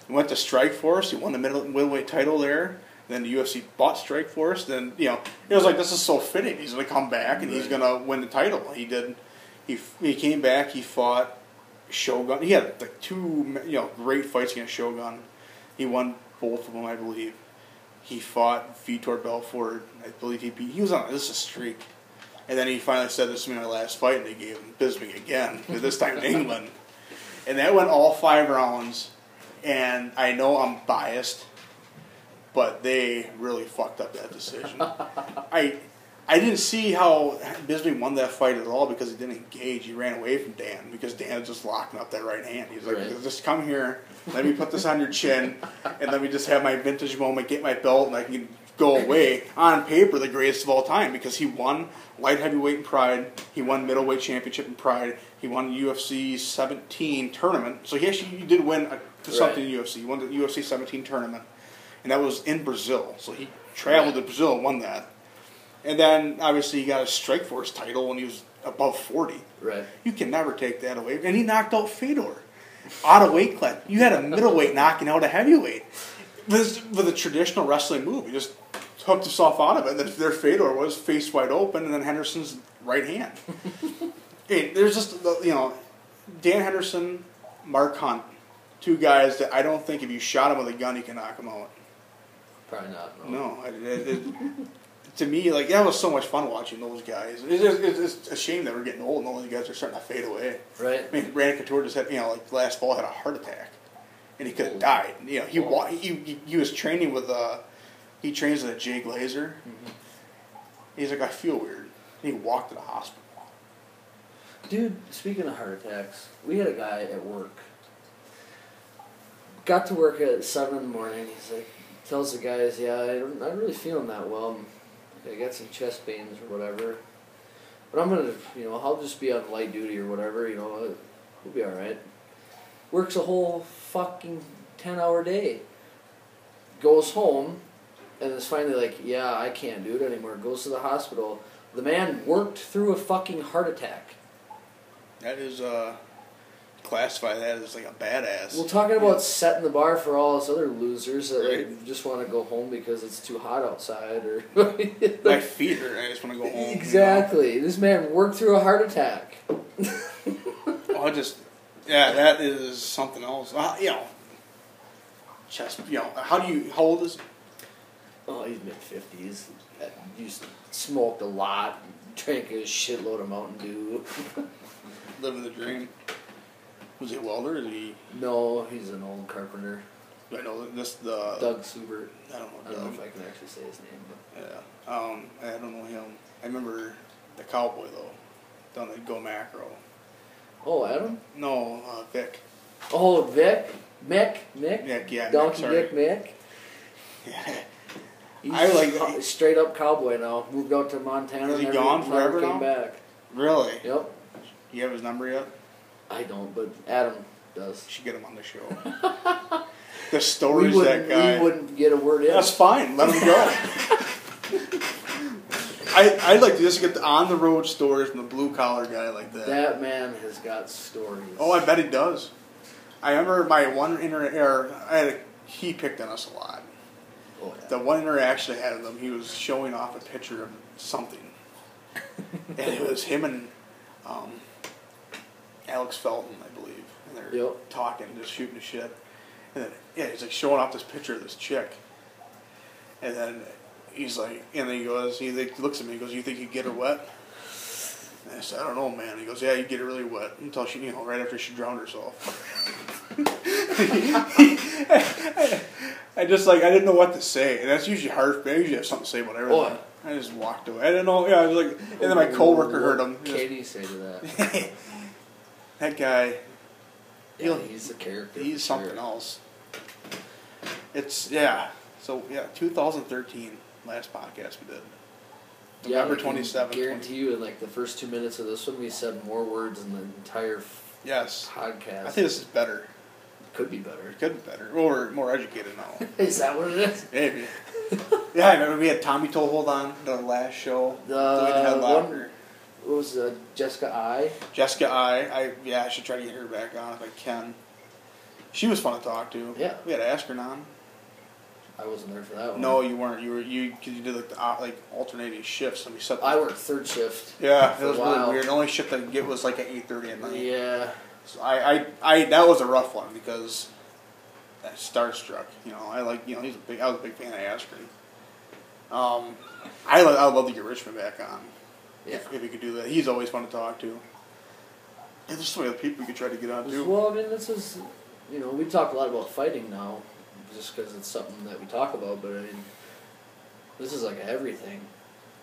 and went to Strikeforce, he won the middle middleweight title there, then the UFC bought Strikeforce, then you know it was like this is so fitting. He's going to come back and he's
Right.
going to win the title. He did. He he came back. He fought Shogun. He had like two you know great fights against Shogun. He won both of them, I believe. He fought Vitor Belfort. I believe he beat. He was on this is a streak. And then he finally said, "This is my last fight," and they gave him Bisping again, but this time in England. And that went all five rounds. And I know I'm biased, but they really fucked up that decision. I I didn't see how Bisping won that fight at all because he didn't engage. He ran away from Dan because Dan was just locking up that right hand. He's like,
Right.
"Just come here, let me put this on your chin, and let me just have my vintage moment, get my belt, and I can." Go away on paper, the greatest of all time because he won light heavyweight in Pride, he won middleweight championship in Pride, he won UFC 17 tournament. So he actually did win a, something in UFC. He won the UFC 17 tournament, and that was in Brazil. So he traveled to Brazil and won that. And then obviously he got a Strikeforce title when he was above 40.
Right.
You can never take that away. And he knocked out Fedor out of weight class. You had a middleweight knocking out a heavyweight this, with a traditional wrestling move. He just hooked himself out of it. And then their Fedor was face wide open, and then Henderson's right hand. Hey, there's just the- you know, Dan Henderson, Mark Hunt, two guys that I don't think if you shot him with a gun, you can knock them out.
Probably not. No.
No, I- it- it- to me, like that was so much fun watching those guys. It's just it's just a shame that we're getting old and all these guys are starting to fade away.
Right.
I mean, Randy Couture just had you know like last fall had a heart attack. and he could have died. You know, he, wa- he he- he was training with uh he trains with a Jay Glazer. He's like, I feel weird. He walked to the hospital.
Dude, speaking of heart attacks, we had a guy at work. Got to work at seven in the morning. He's like, tells the guys, "Yeah, I'm not really feeling that well. I got some chest pains or whatever. But I'm gonna, you know, I'll just be on light duty or whatever. You know, we'll be all right." Works a whole fucking ten-hour day. Goes home, and is finally like, "Yeah, I can't do it anymore." Goes to the hospital. The man worked through a fucking heart attack.
That is uh classify that as like a badass.
Well, talking about setting the bar for all us other losers that like,
Right.
just want to go home because it's too hot outside, or
my feet hurt. I just want to go home. you know?
exactly. This man worked through a heart attack.
I just, yeah, that is something else. Uh, you know, chest. You know, how do you? How old is?
Oh, he's mid fifties. Uh, Used to smoked a lot, drank a shitload of Mountain Dew.
Living the dream. Was he a welder? Is he?
No, he's an old carpenter,
I know this the.
Doug Subert.
I don't
I
know.
don't know
Oh. Doug.
if I can actually say his name, but
yeah. Um, I don't know him. I remember the cowboy though, down at Go Macro.
oh, Adam.
No, uh, Vic.
Oh, Vic, Mick, Mick,
Mick, yeah, Mick,
Donkey
sorry.
Dick Mick.
Yeah.
He's
I like-
co- straight up cowboy now. Moved out to Montana.
Is he
never-
gone
never
forever
Came
now?
back.
Really?
Yep.
You have his number yet?
I don't, but Adam does.
You should get him on the show. the stories
we
that
wouldn't.
guy.
We wouldn't get a word in.
That's fine. Let them go. I I'd like to just get the on the road stories from the blue collar guy like that.
That man has got stories.
Oh, I bet he does. I remember my one internet or I had a, he picked on us a lot.
Oh, yeah.
The one interaction I had with him, he was showing off a picture of something, and it was him and um, Alex Felton, I believe, and they're
Yep.
talking, just shooting the shit, and then yeah, he's like showing off this picture of this chick, and then he's like, and then he goes, he like, looks at me, he goes, "You think you get her wet?" And I said, "I don't know, man." He goes, "Yeah, you get her really wet until she, you know, right after she drowned herself." I just like I didn't know what to say, and that's usually hard. for me. I usually have something to say about everything.
Oh.
I just walked away. I didn't know. Yeah, I was like, and then my coworker heard him.
What
He
Can you say to that?
just- that guy,
Yeah, he's a character.
he's
for
something
sure.
else. It's yeah. So yeah, 2013, last podcast we did.
Yeah,
November
I can
27th.
Guarantee you, in like the first two minutes of this one, we said more words than the entire f-
Yes,
podcast.
I think this is better.
could be better.
It could be better. Well, we're more educated now.
Is that what it is?
Maybe. yeah, I remember we had Tommy Toehold on the last show.
The
we had
Uh, one-
Locker.
What was uh, Jessica I?
Jessica, I, I, yeah, I should try to get her back on if I can. She was fun to talk to.
Yeah.
we had Askren on.
I wasn't there for that one.
No, you weren't. You were you because you did like the uh, like alternating shifts and we set.
I worked third shift.
Yeah, it
for a
was really
while.
weird. The only shift I could get was like at eight thirty at night.
Yeah.
So I, I, I, that was a rough one because that starstruck. You know, I like you know he's a big. I was a big fan of Askren. Um, I lo- I would love to get Richmond back on
Yeah.
if, if we could do that. He's always fun to talk to. And there's so many other people we could try to get on too.
Well, I mean, this is, you know, we talk a lot about fighting now, just because it's something that we talk about. But I mean, this is like everything.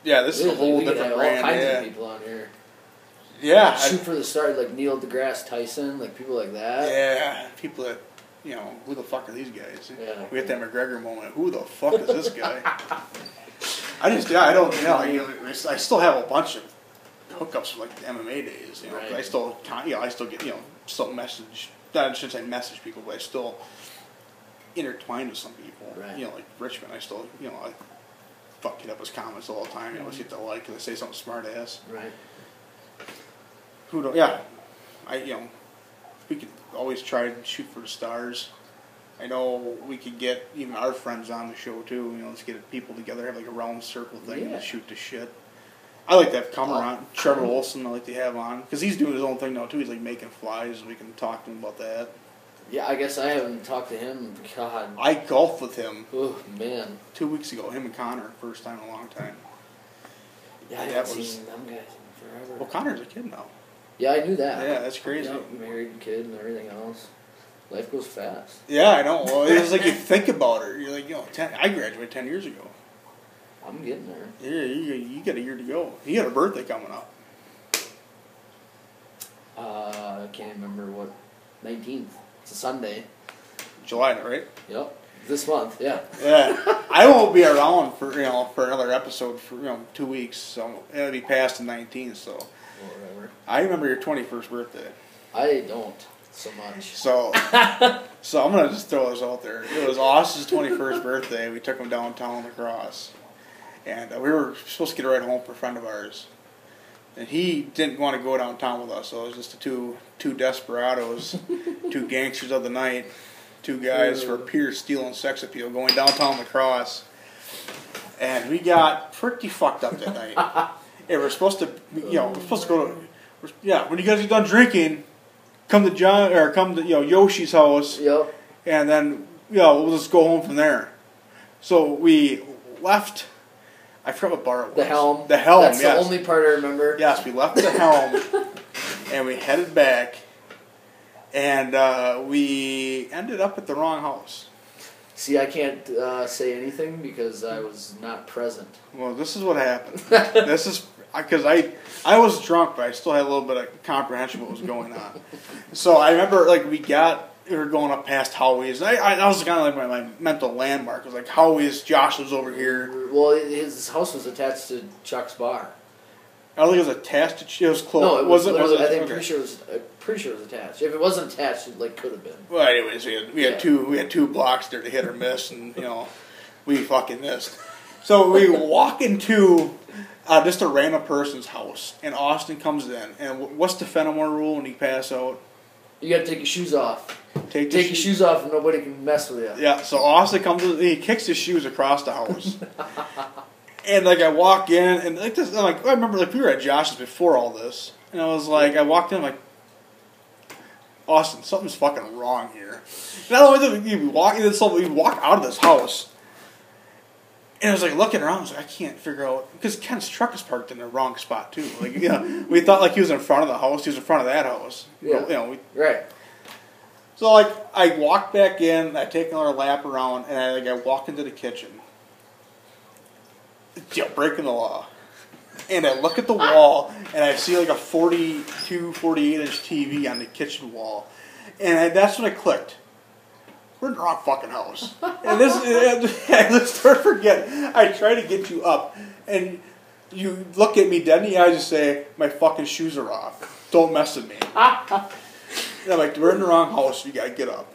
Yeah, this is a
Like,
whole
we could
different
have
brand.
uh, All kinds
yeah,
of people on here.
yeah, I-
Shoot for the stars, like Neil deGrasse Tyson, like people like that.
yeah. People that you know, who the fuck are these guys?
Yeah.
We had that McGregor moment. Who the fuck is this guy? I just yeah, I don't you know. You know, it's- I still have a bunch of hookups from like the MMA days. You know, 'cause I
Right.
still con- you know I still get you know still message. I shouldn't say message people, but I still intertwined with some people.
Right.
You know, like Richmond, I still you know I fuck it up his comments all the time. I
Mm-hmm.
always get the like because I say something smart ass.
Right.
Who do yeah. I you know we could always try and shoot for the stars. I know we could get even our friends on the show too, you know, let's get people together, have like a round circle thing
Yeah.
and shoot the shit. I like to have Comer
Oh.
on, Trevor Olson I like to have on, because he's doing his own thing now too. He's like making flies, we can talk to him about that.
Yeah, I guess I haven't talked to him. God.
I golfed with him
Oh man.
two weeks ago, him and Connor, first time in a long time.
Yeah, I
That
haven't
was-
seen them guys in forever.
Well, Connor's a kid now.
Yeah, I knew that.
Yeah, that's crazy.
Yeah, married kid and everything else. Life goes fast.
Yeah, I know. Well, it was like you think about it. You're like, yo, ten, I graduated ten years ago.
I'm getting there.
Yeah, you, you got a year to go. You got a birthday coming up.
Uh, I can't remember what. 19th. It's a Sunday.
July, right?
Yep. This month, yeah.
Yeah. I won't be around for you know for another episode for you know two weeks. So it'll be past the nineteenth. So
Or whatever.
I remember your twenty first birthday.
I don't so much.
So, so I'm gonna just throw this out there. It was Austin's 21st birthday. We took him downtown lacrosse, and uh, we were supposed to get a ride home for a friend of ours, and he didn't want to go downtown with us. So it was just the two two desperados, two gangsters of the night, two guys for pure steel and sex appeal going downtown lacrosse, and we got pretty fucked up that night. And we're supposed to, you know, we're supposed to go to, we're- yeah. When you guys get done drinking come to John or come to you know Yoshi's house,
Yep.
and then you know we'll just go home from there. So we left. I forgot what bar it was.
The helm.
The helm.
That's
yes.
the only part I remember.
Yes, we left the helm, and we headed back, and uh, we ended up at the wrong house.
See, I can't uh, say anything because I was not present.
Well, this is what happened. this is because I I was drunk, but I still had a little bit of comprehension of what was going on. so I remember like we got we were going up past Howie's. I I that was kind of like my, my mental landmark. It was like Howie's, Josh was over here.
Well, his house was attached to Chuck's bar.
I don't think it was attached to. It was close.
No, it was.
wasn't.
literally-
was
I think
okay.
pretty sure it was. I'm pretty sure it was attached. If it wasn't attached, it like could have been.
Well, anyways, we had, we had
Yeah.
two we had two blocks there to hit or miss, and you know, we fucking missed. So we walk into uh, just a random person's house, and Austin comes in, and wh- what's the Fenimore rule when you pass out?
You got to take your shoes off.
Take, the
Take
shoe-
your shoes off, and nobody can mess with you.
Yeah, so Austin comes in, he kicks his shoes across the house. and like I walk in and like this I'm like I remember like we were at Josh's before all this and I was like I walked in I'm like Austin, something's fucking wrong here. Not only did we we walk in this we walk out of this house and I was like looking around, I was like, I can't figure out because Ken's truck is parked in the wrong spot too. Like you know, we thought like he was in front of the house, he was in front of that house.
Yeah.
You know, we
Right.
so like I walk back in, I take another lap around, and I like I walk into the kitchen. Yeah, breaking the law. And I look at the wall and I see like a 42, 48 inch TV on the kitchen wall. And I, that's when I clicked. We're in the wrong fucking house. And this, and I just start forgetting. I try to get you up, and you look at me dead in the eyes and say, My fucking shoes are off. Don't mess with me. And I'm like, we're in the wrong house. You gotta get up.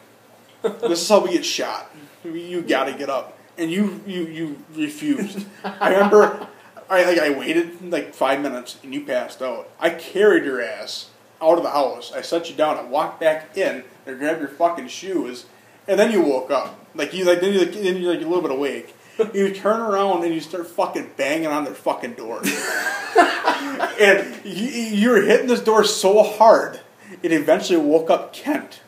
This is how we get shot. We- You gotta get up. And you you you refused. I remember, I like I waited like five minutes and you passed out. I carried your ass out of the house. I set you down. I walked back in. I grabbed your fucking shoes, and then you woke up. Like you like then you like, then you're like a little bit awake. You turn around and you start fucking banging on their fucking door and you, you were hitting this door so hard, it eventually woke up Kent,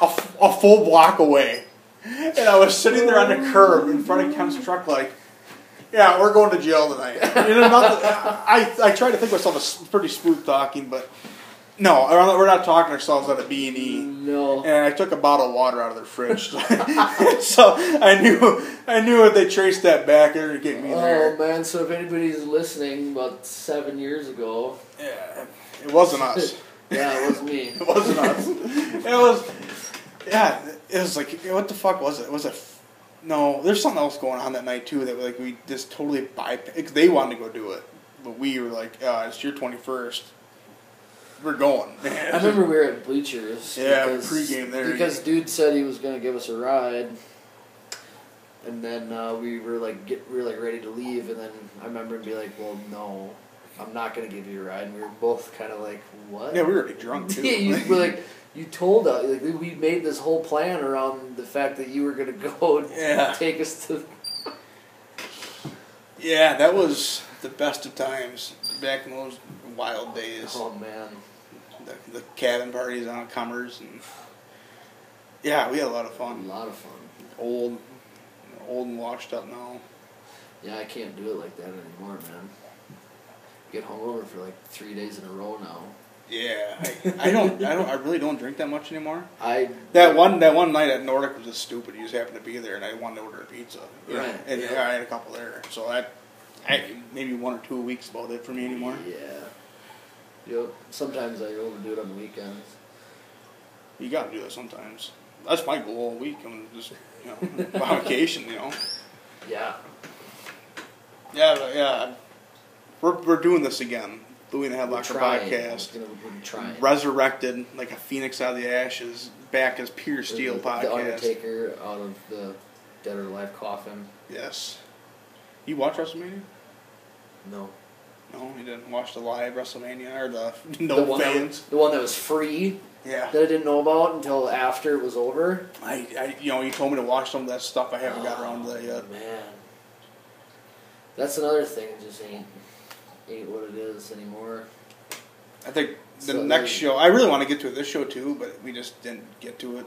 a, f- a full block away. And I was sitting there on the curb in front of Kent's truck, like, "Yeah, we're going to jail tonight." You know, not that- I I try to think myself as pretty smooth talking, but no, we're not- we're not talking ourselves out of B and E
No.
and I took a bottle of water out of their fridge. so I knew I knew if they traced that back, they were gonna get me
Oh
there.
man! So if anybody's listening, about seven years ago,
Yeah, it wasn't us.
yeah, it was me.
It wasn't us. it was, yeah. It was like what the fuck was it? Was it? f- No, there's something else going on that night too. That like we just totally bypassed. They wanted to go do it, but we were like, uh, "It's your 21st. We're going."
I remember we were at Bleachers.
Yeah, pregame there,
Because dude said he was gonna give us a ride, and then uh, we were like, get, we were like ready to leave, and then I remember him be like, "Well, no, I'm not gonna give you a ride." And we were both kind of like, "What?"
yeah, we were already drunk too.
Yeah, you were like, "You told us like we- we made this whole plan around the fact that you were gonna go and
Yeah.
take us to."
yeah, that was the best of times back in those wild days.
Oh man,
The, the cabin parties on Comers and yeah, we had a lot of
a
fun.
lot of fun.
Old, old and washed up now.
Yeah, I can't do it like that anymore, man. Get hungover for like three days in a row now.
Yeah, I, I don't, I don't, I really don't drink that much anymore.
I
That one, that one night at Nordic was just stupid. You just happened to be there, and I wanted to order a pizza. you know,
Right,
and
yeah.
I had a couple there, so that, I, maybe one or two weeks about it for me anymore.
Yeah. You know, sometimes I overdo it on the weekends.
You got to do that sometimes. That's my goal all week. I'm just, you know, on vacation. You know.
Yeah.
Yeah, but yeah. We're we're doing this again. Louie and the Headlocker podcast.
Gonna, we're trying.
Resurrected like a phoenix out of the ashes, back as pure steel
the, The
podcast.
Undertaker out of the dead or alive coffin.
yes. You watch WrestleMania?
No.
No, you didn't watch the live WrestleMania or the no
the one
fans.
That, the one that was free
Yeah.
that I didn't know about until after it was over.
I, I you know you told me to watch some of that stuff. I haven't got around to that yet.
Oh, Man, that's another thing. It just ain't ain't what it is anymore.
I think the
So
next
they-
show. I really want to get to it this show too, but we just didn't get to it.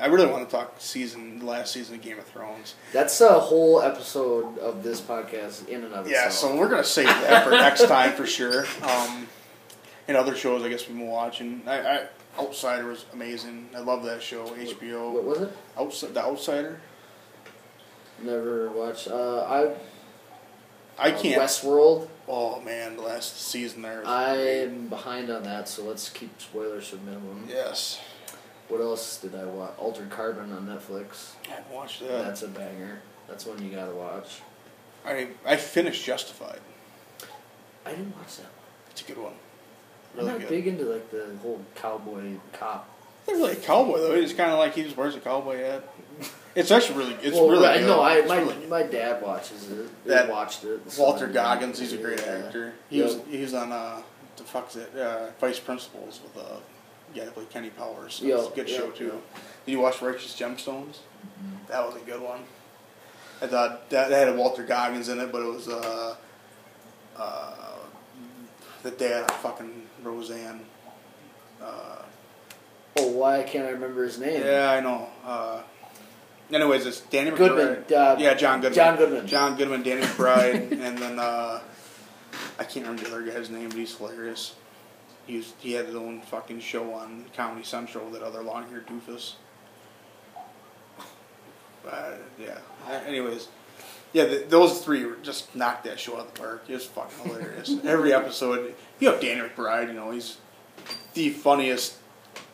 I really want to talk season, the last season of Game of Thrones.
That's a whole episode of this podcast in and of
Yeah,
itself.
so we're gonna save that for next time for sure. Um, and other shows, I guess we've been watching. I, I Outsider was amazing. I love that show.
what
HBO
was it?
Outside, The Outsider.
Never watched. Uh, I uh,
I can't.
Westworld.
Oh man, the last season there. was great.
I'm behind on that, so let's keep spoilers to a minimum.
Yes,
What else did I watch? Altered Carbon on Netflix.
I watched that.
That's a banger. That's one you gotta watch.
I I finished Justified.
I didn't watch that one.
It's a good one.
I'm
Really
not
good.
big into like the whole cowboy cop.
They're really a cowboy though. He's kind of like he just wears a cowboy hat. It's actually really. It's
well,
really.
I
good.
know. I
It's
my
really good.
my dad watches it.
That
That watched it. so
Walter
I-
Goggins. He's a great
yeah.
actor. He
Yeah.
was he was on uh the fuck's it uh, Vice Principals with uh yeah played Kenny Powers. So it's a
Yeah,
good
yeah,
show too.
yeah.
Did you watch Righteous Gemstones? That was a good one. I thought that, that had Walter Goggins in it, but it was uh uh the dad of fucking Roseanne. Uh,
Oh, why can't I remember his name?
Yeah, I know. Uh, anyways, it's Danny McBride.
Goodman, uh,
yeah, John Goodman.
John Goodman.
John Goodman, Danny McBride, and then uh, I can't remember the other guy's name, but he's hilarious. He was, he had his own fucking show on Comedy Central. That other long haired doofus. But yeah. I- Anyways, yeah, th those three were just knocked that show out of the park. It was fucking hilarious. Every episode, you have Danny McBride. You know, he's the funniest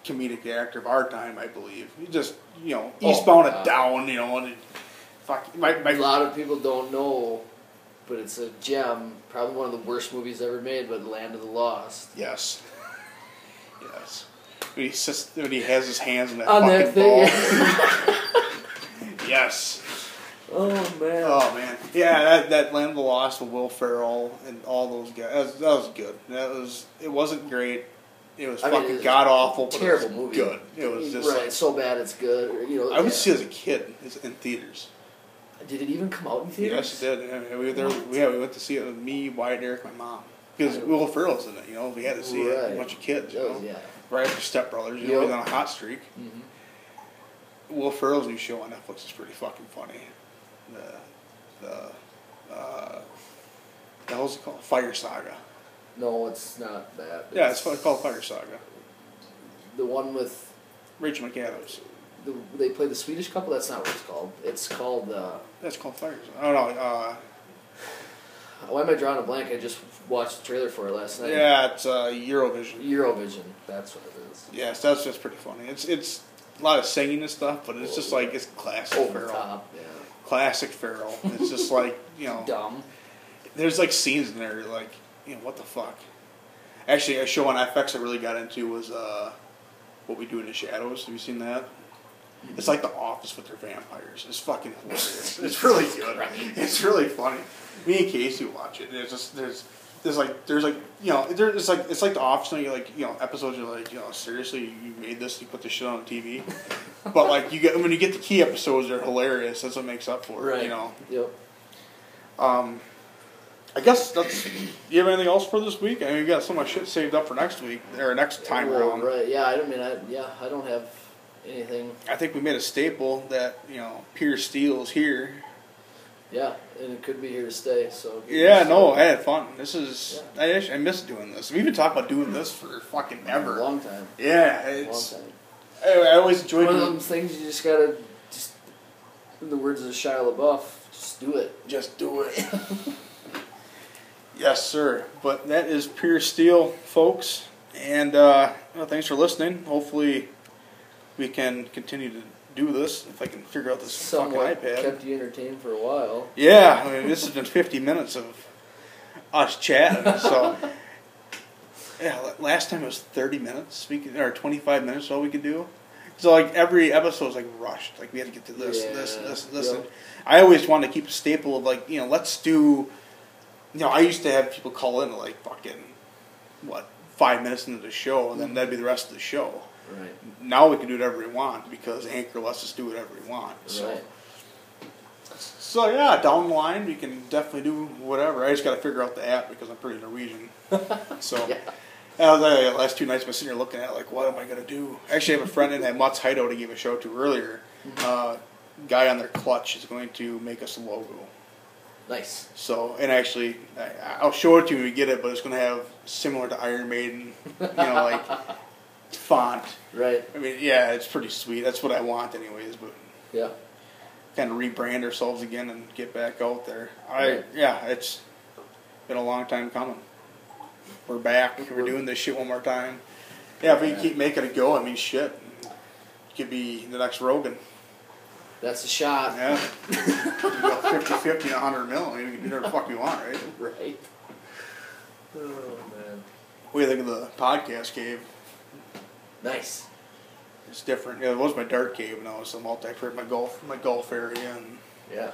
comedic actor of our time, I believe. He just, you know,
Oh,
Eastbound and
God.
Down, you know, and it, fuck, my,
A
my,
lot of people don't know, but it's a gem. Probably one of the worst movies ever made, but Land of the Lost.
yes, yes. When he sits, when he has his hands in that
On
fucking
that thing.
ball. yes.
oh man.
Oh man, yeah, that that Land of the Lost with Will Ferrell and all those guys. That was, that was good. That was it wasn't great. It was
I mean,
fucking
it was
god awful.
terrible
it was
movie.
Good. It was just.
right.
like-
so bad it's good. Or, you know.
I would
yeah.
see it as a kid it's in theaters.
Did it even come out in theaters?
Yes, it did. I mean, we were there. Yeah, we went to see it with me, Wyatt, Eric, my mom. Because Will Ferrell's in it, you know. We had to see it.
Right.
A bunch of kids, you
That was-
know.
Oh, yeah.
Right after Step Brothers, you know,
Yep.
he's on a hot streak.
Mhm.
Will Ferrell's new show on Netflix is pretty fucking funny. The, the, uh, the hell's it called? Fire Saga.
No, it's not that.
Yeah, it's fu- called Fire Saga.
The one with
Rachel McAdams.
the, they play the Swedish couple. That's not what it's called. It's called. Uh,
That's called Fire Saga. Oh no, uh,
why am I drawing a blank? I just watched the trailer for it last night.
yeah, it's uh, Eurovision.
Eurovision. That's what it is.
Yes, that's just pretty funny. It's it's a lot of singing and stuff, but it's just like it's classic
Over the
Ferrell.
top. Yeah.
Classic Ferrell. It's just like you know,
Dumb.
there's like scenes in there like you know what the fuck. Actually, a show on FX I really got into was uh, What We Do in the Shadows. Have you seen that? It's like The Office with their vampires. It's fucking hilarious. it's really good. It's really funny. Me and Casey watch it. There's just there's there's like there's like you know there's it's like it's like The Office. And you're like you know episodes. You're like you know seriously you made this. You put this shit on TV. but like you get when you get the key episodes, they're hilarious. That's what makes up for it. You know.
Yep.
Um, I guess that's. You have anything else for this week? I mean, we got so much shit saved up for next week or next time
Well,
around.
Right. Yeah. I don't mean. I, yeah. I don't have anything.
I think we made a staple that you know Pierce Steele's here.
Yeah, and it could be here to stay. So
Yeah, no, I had fun. This is I actually, I miss doing this. We've been talking about doing this for fucking
a
ever.
long time,
Yeah,
long
it's
time.
anyway, I always enjoyed
One of
doing,
those things you just gotta, just in the words of Shia LaBeouf, just do it.
just do it. yes, sir. But that is pure steel, folks. And uh, well, thanks for listening. Hopefully, we can continue to do this if I can figure out this
Somewhat
fucking iPad.
kept you entertained for a while.
Yeah, I mean, this has been 50 minutes of us chatting. So, yeah, la- last time it was 30 minutes, we could, or 25 minutes, all we could do. So, like, every episode was like rushed. Like, we had to get to this, and this, and this, and this.
Yeah.
and- I always wanted to keep a staple of, like, you know, let's do. You know, I used to have people call in, like, fucking, what, five minutes into the show, and then that'd be the rest of the show.
Right.
Now we can do whatever we want because Anchor lets us do whatever we want. So.
Right.
So yeah, down the line we can definitely do whatever. I just got to figure out the app because I'm pretty Norwegian. so
Yeah.
I was, uh, last two nights, I'm sitting here looking at it like, what am I gonna do? Actually, I have a friend in that Mats Hideout I gave a show to earlier. Uh, guy on their clutch is going to make us a logo.
Nice.
So and actually, I, I'll show it to you when we get it, but it's gonna have similar to Iron Maiden, you know, like font.
Right.
I mean, yeah, it's pretty sweet. That's what I want, anyways. But
Yeah.
kind of rebrand ourselves again and get back out there. I
Right.
yeah, it's been a long time coming. We're back. We're doing this shit one more time. Yeah, if we
Yeah.
keep making it go, I mean, shit, could be the next Rogan.
That's a shot.
Yeah, we go 50-50 and 100 mil. I mean, we can do whatever the fuck we want, right?
Right. Oh man.
What do you think of the podcast cave?
Nice.
It's different. Yeah, it was my dart cave, and now it's a multi for my golf, my golf area, and
Yeah.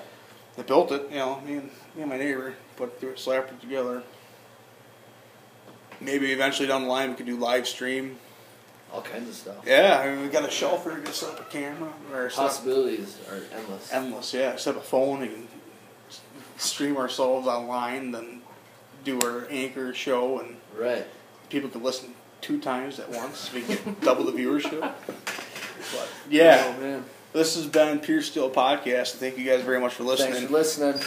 they built it. You know, me and me and my neighbor put through it, slapped it together. Maybe eventually down the line we could do live stream.
All kinds of stuff.
Yeah, I mean, we got a shelf where we can set up a camera or set up-
Possibilities are endless.
endless. Yeah, set up a phone and stream ourselves online, then do our anchor show, and
Right.
people can listen two times at once. We can get double the viewership. But yeah,
Oh man.
this has been Pure Steel Podcast. Thank you guys very much for listening.
Thanks for listening.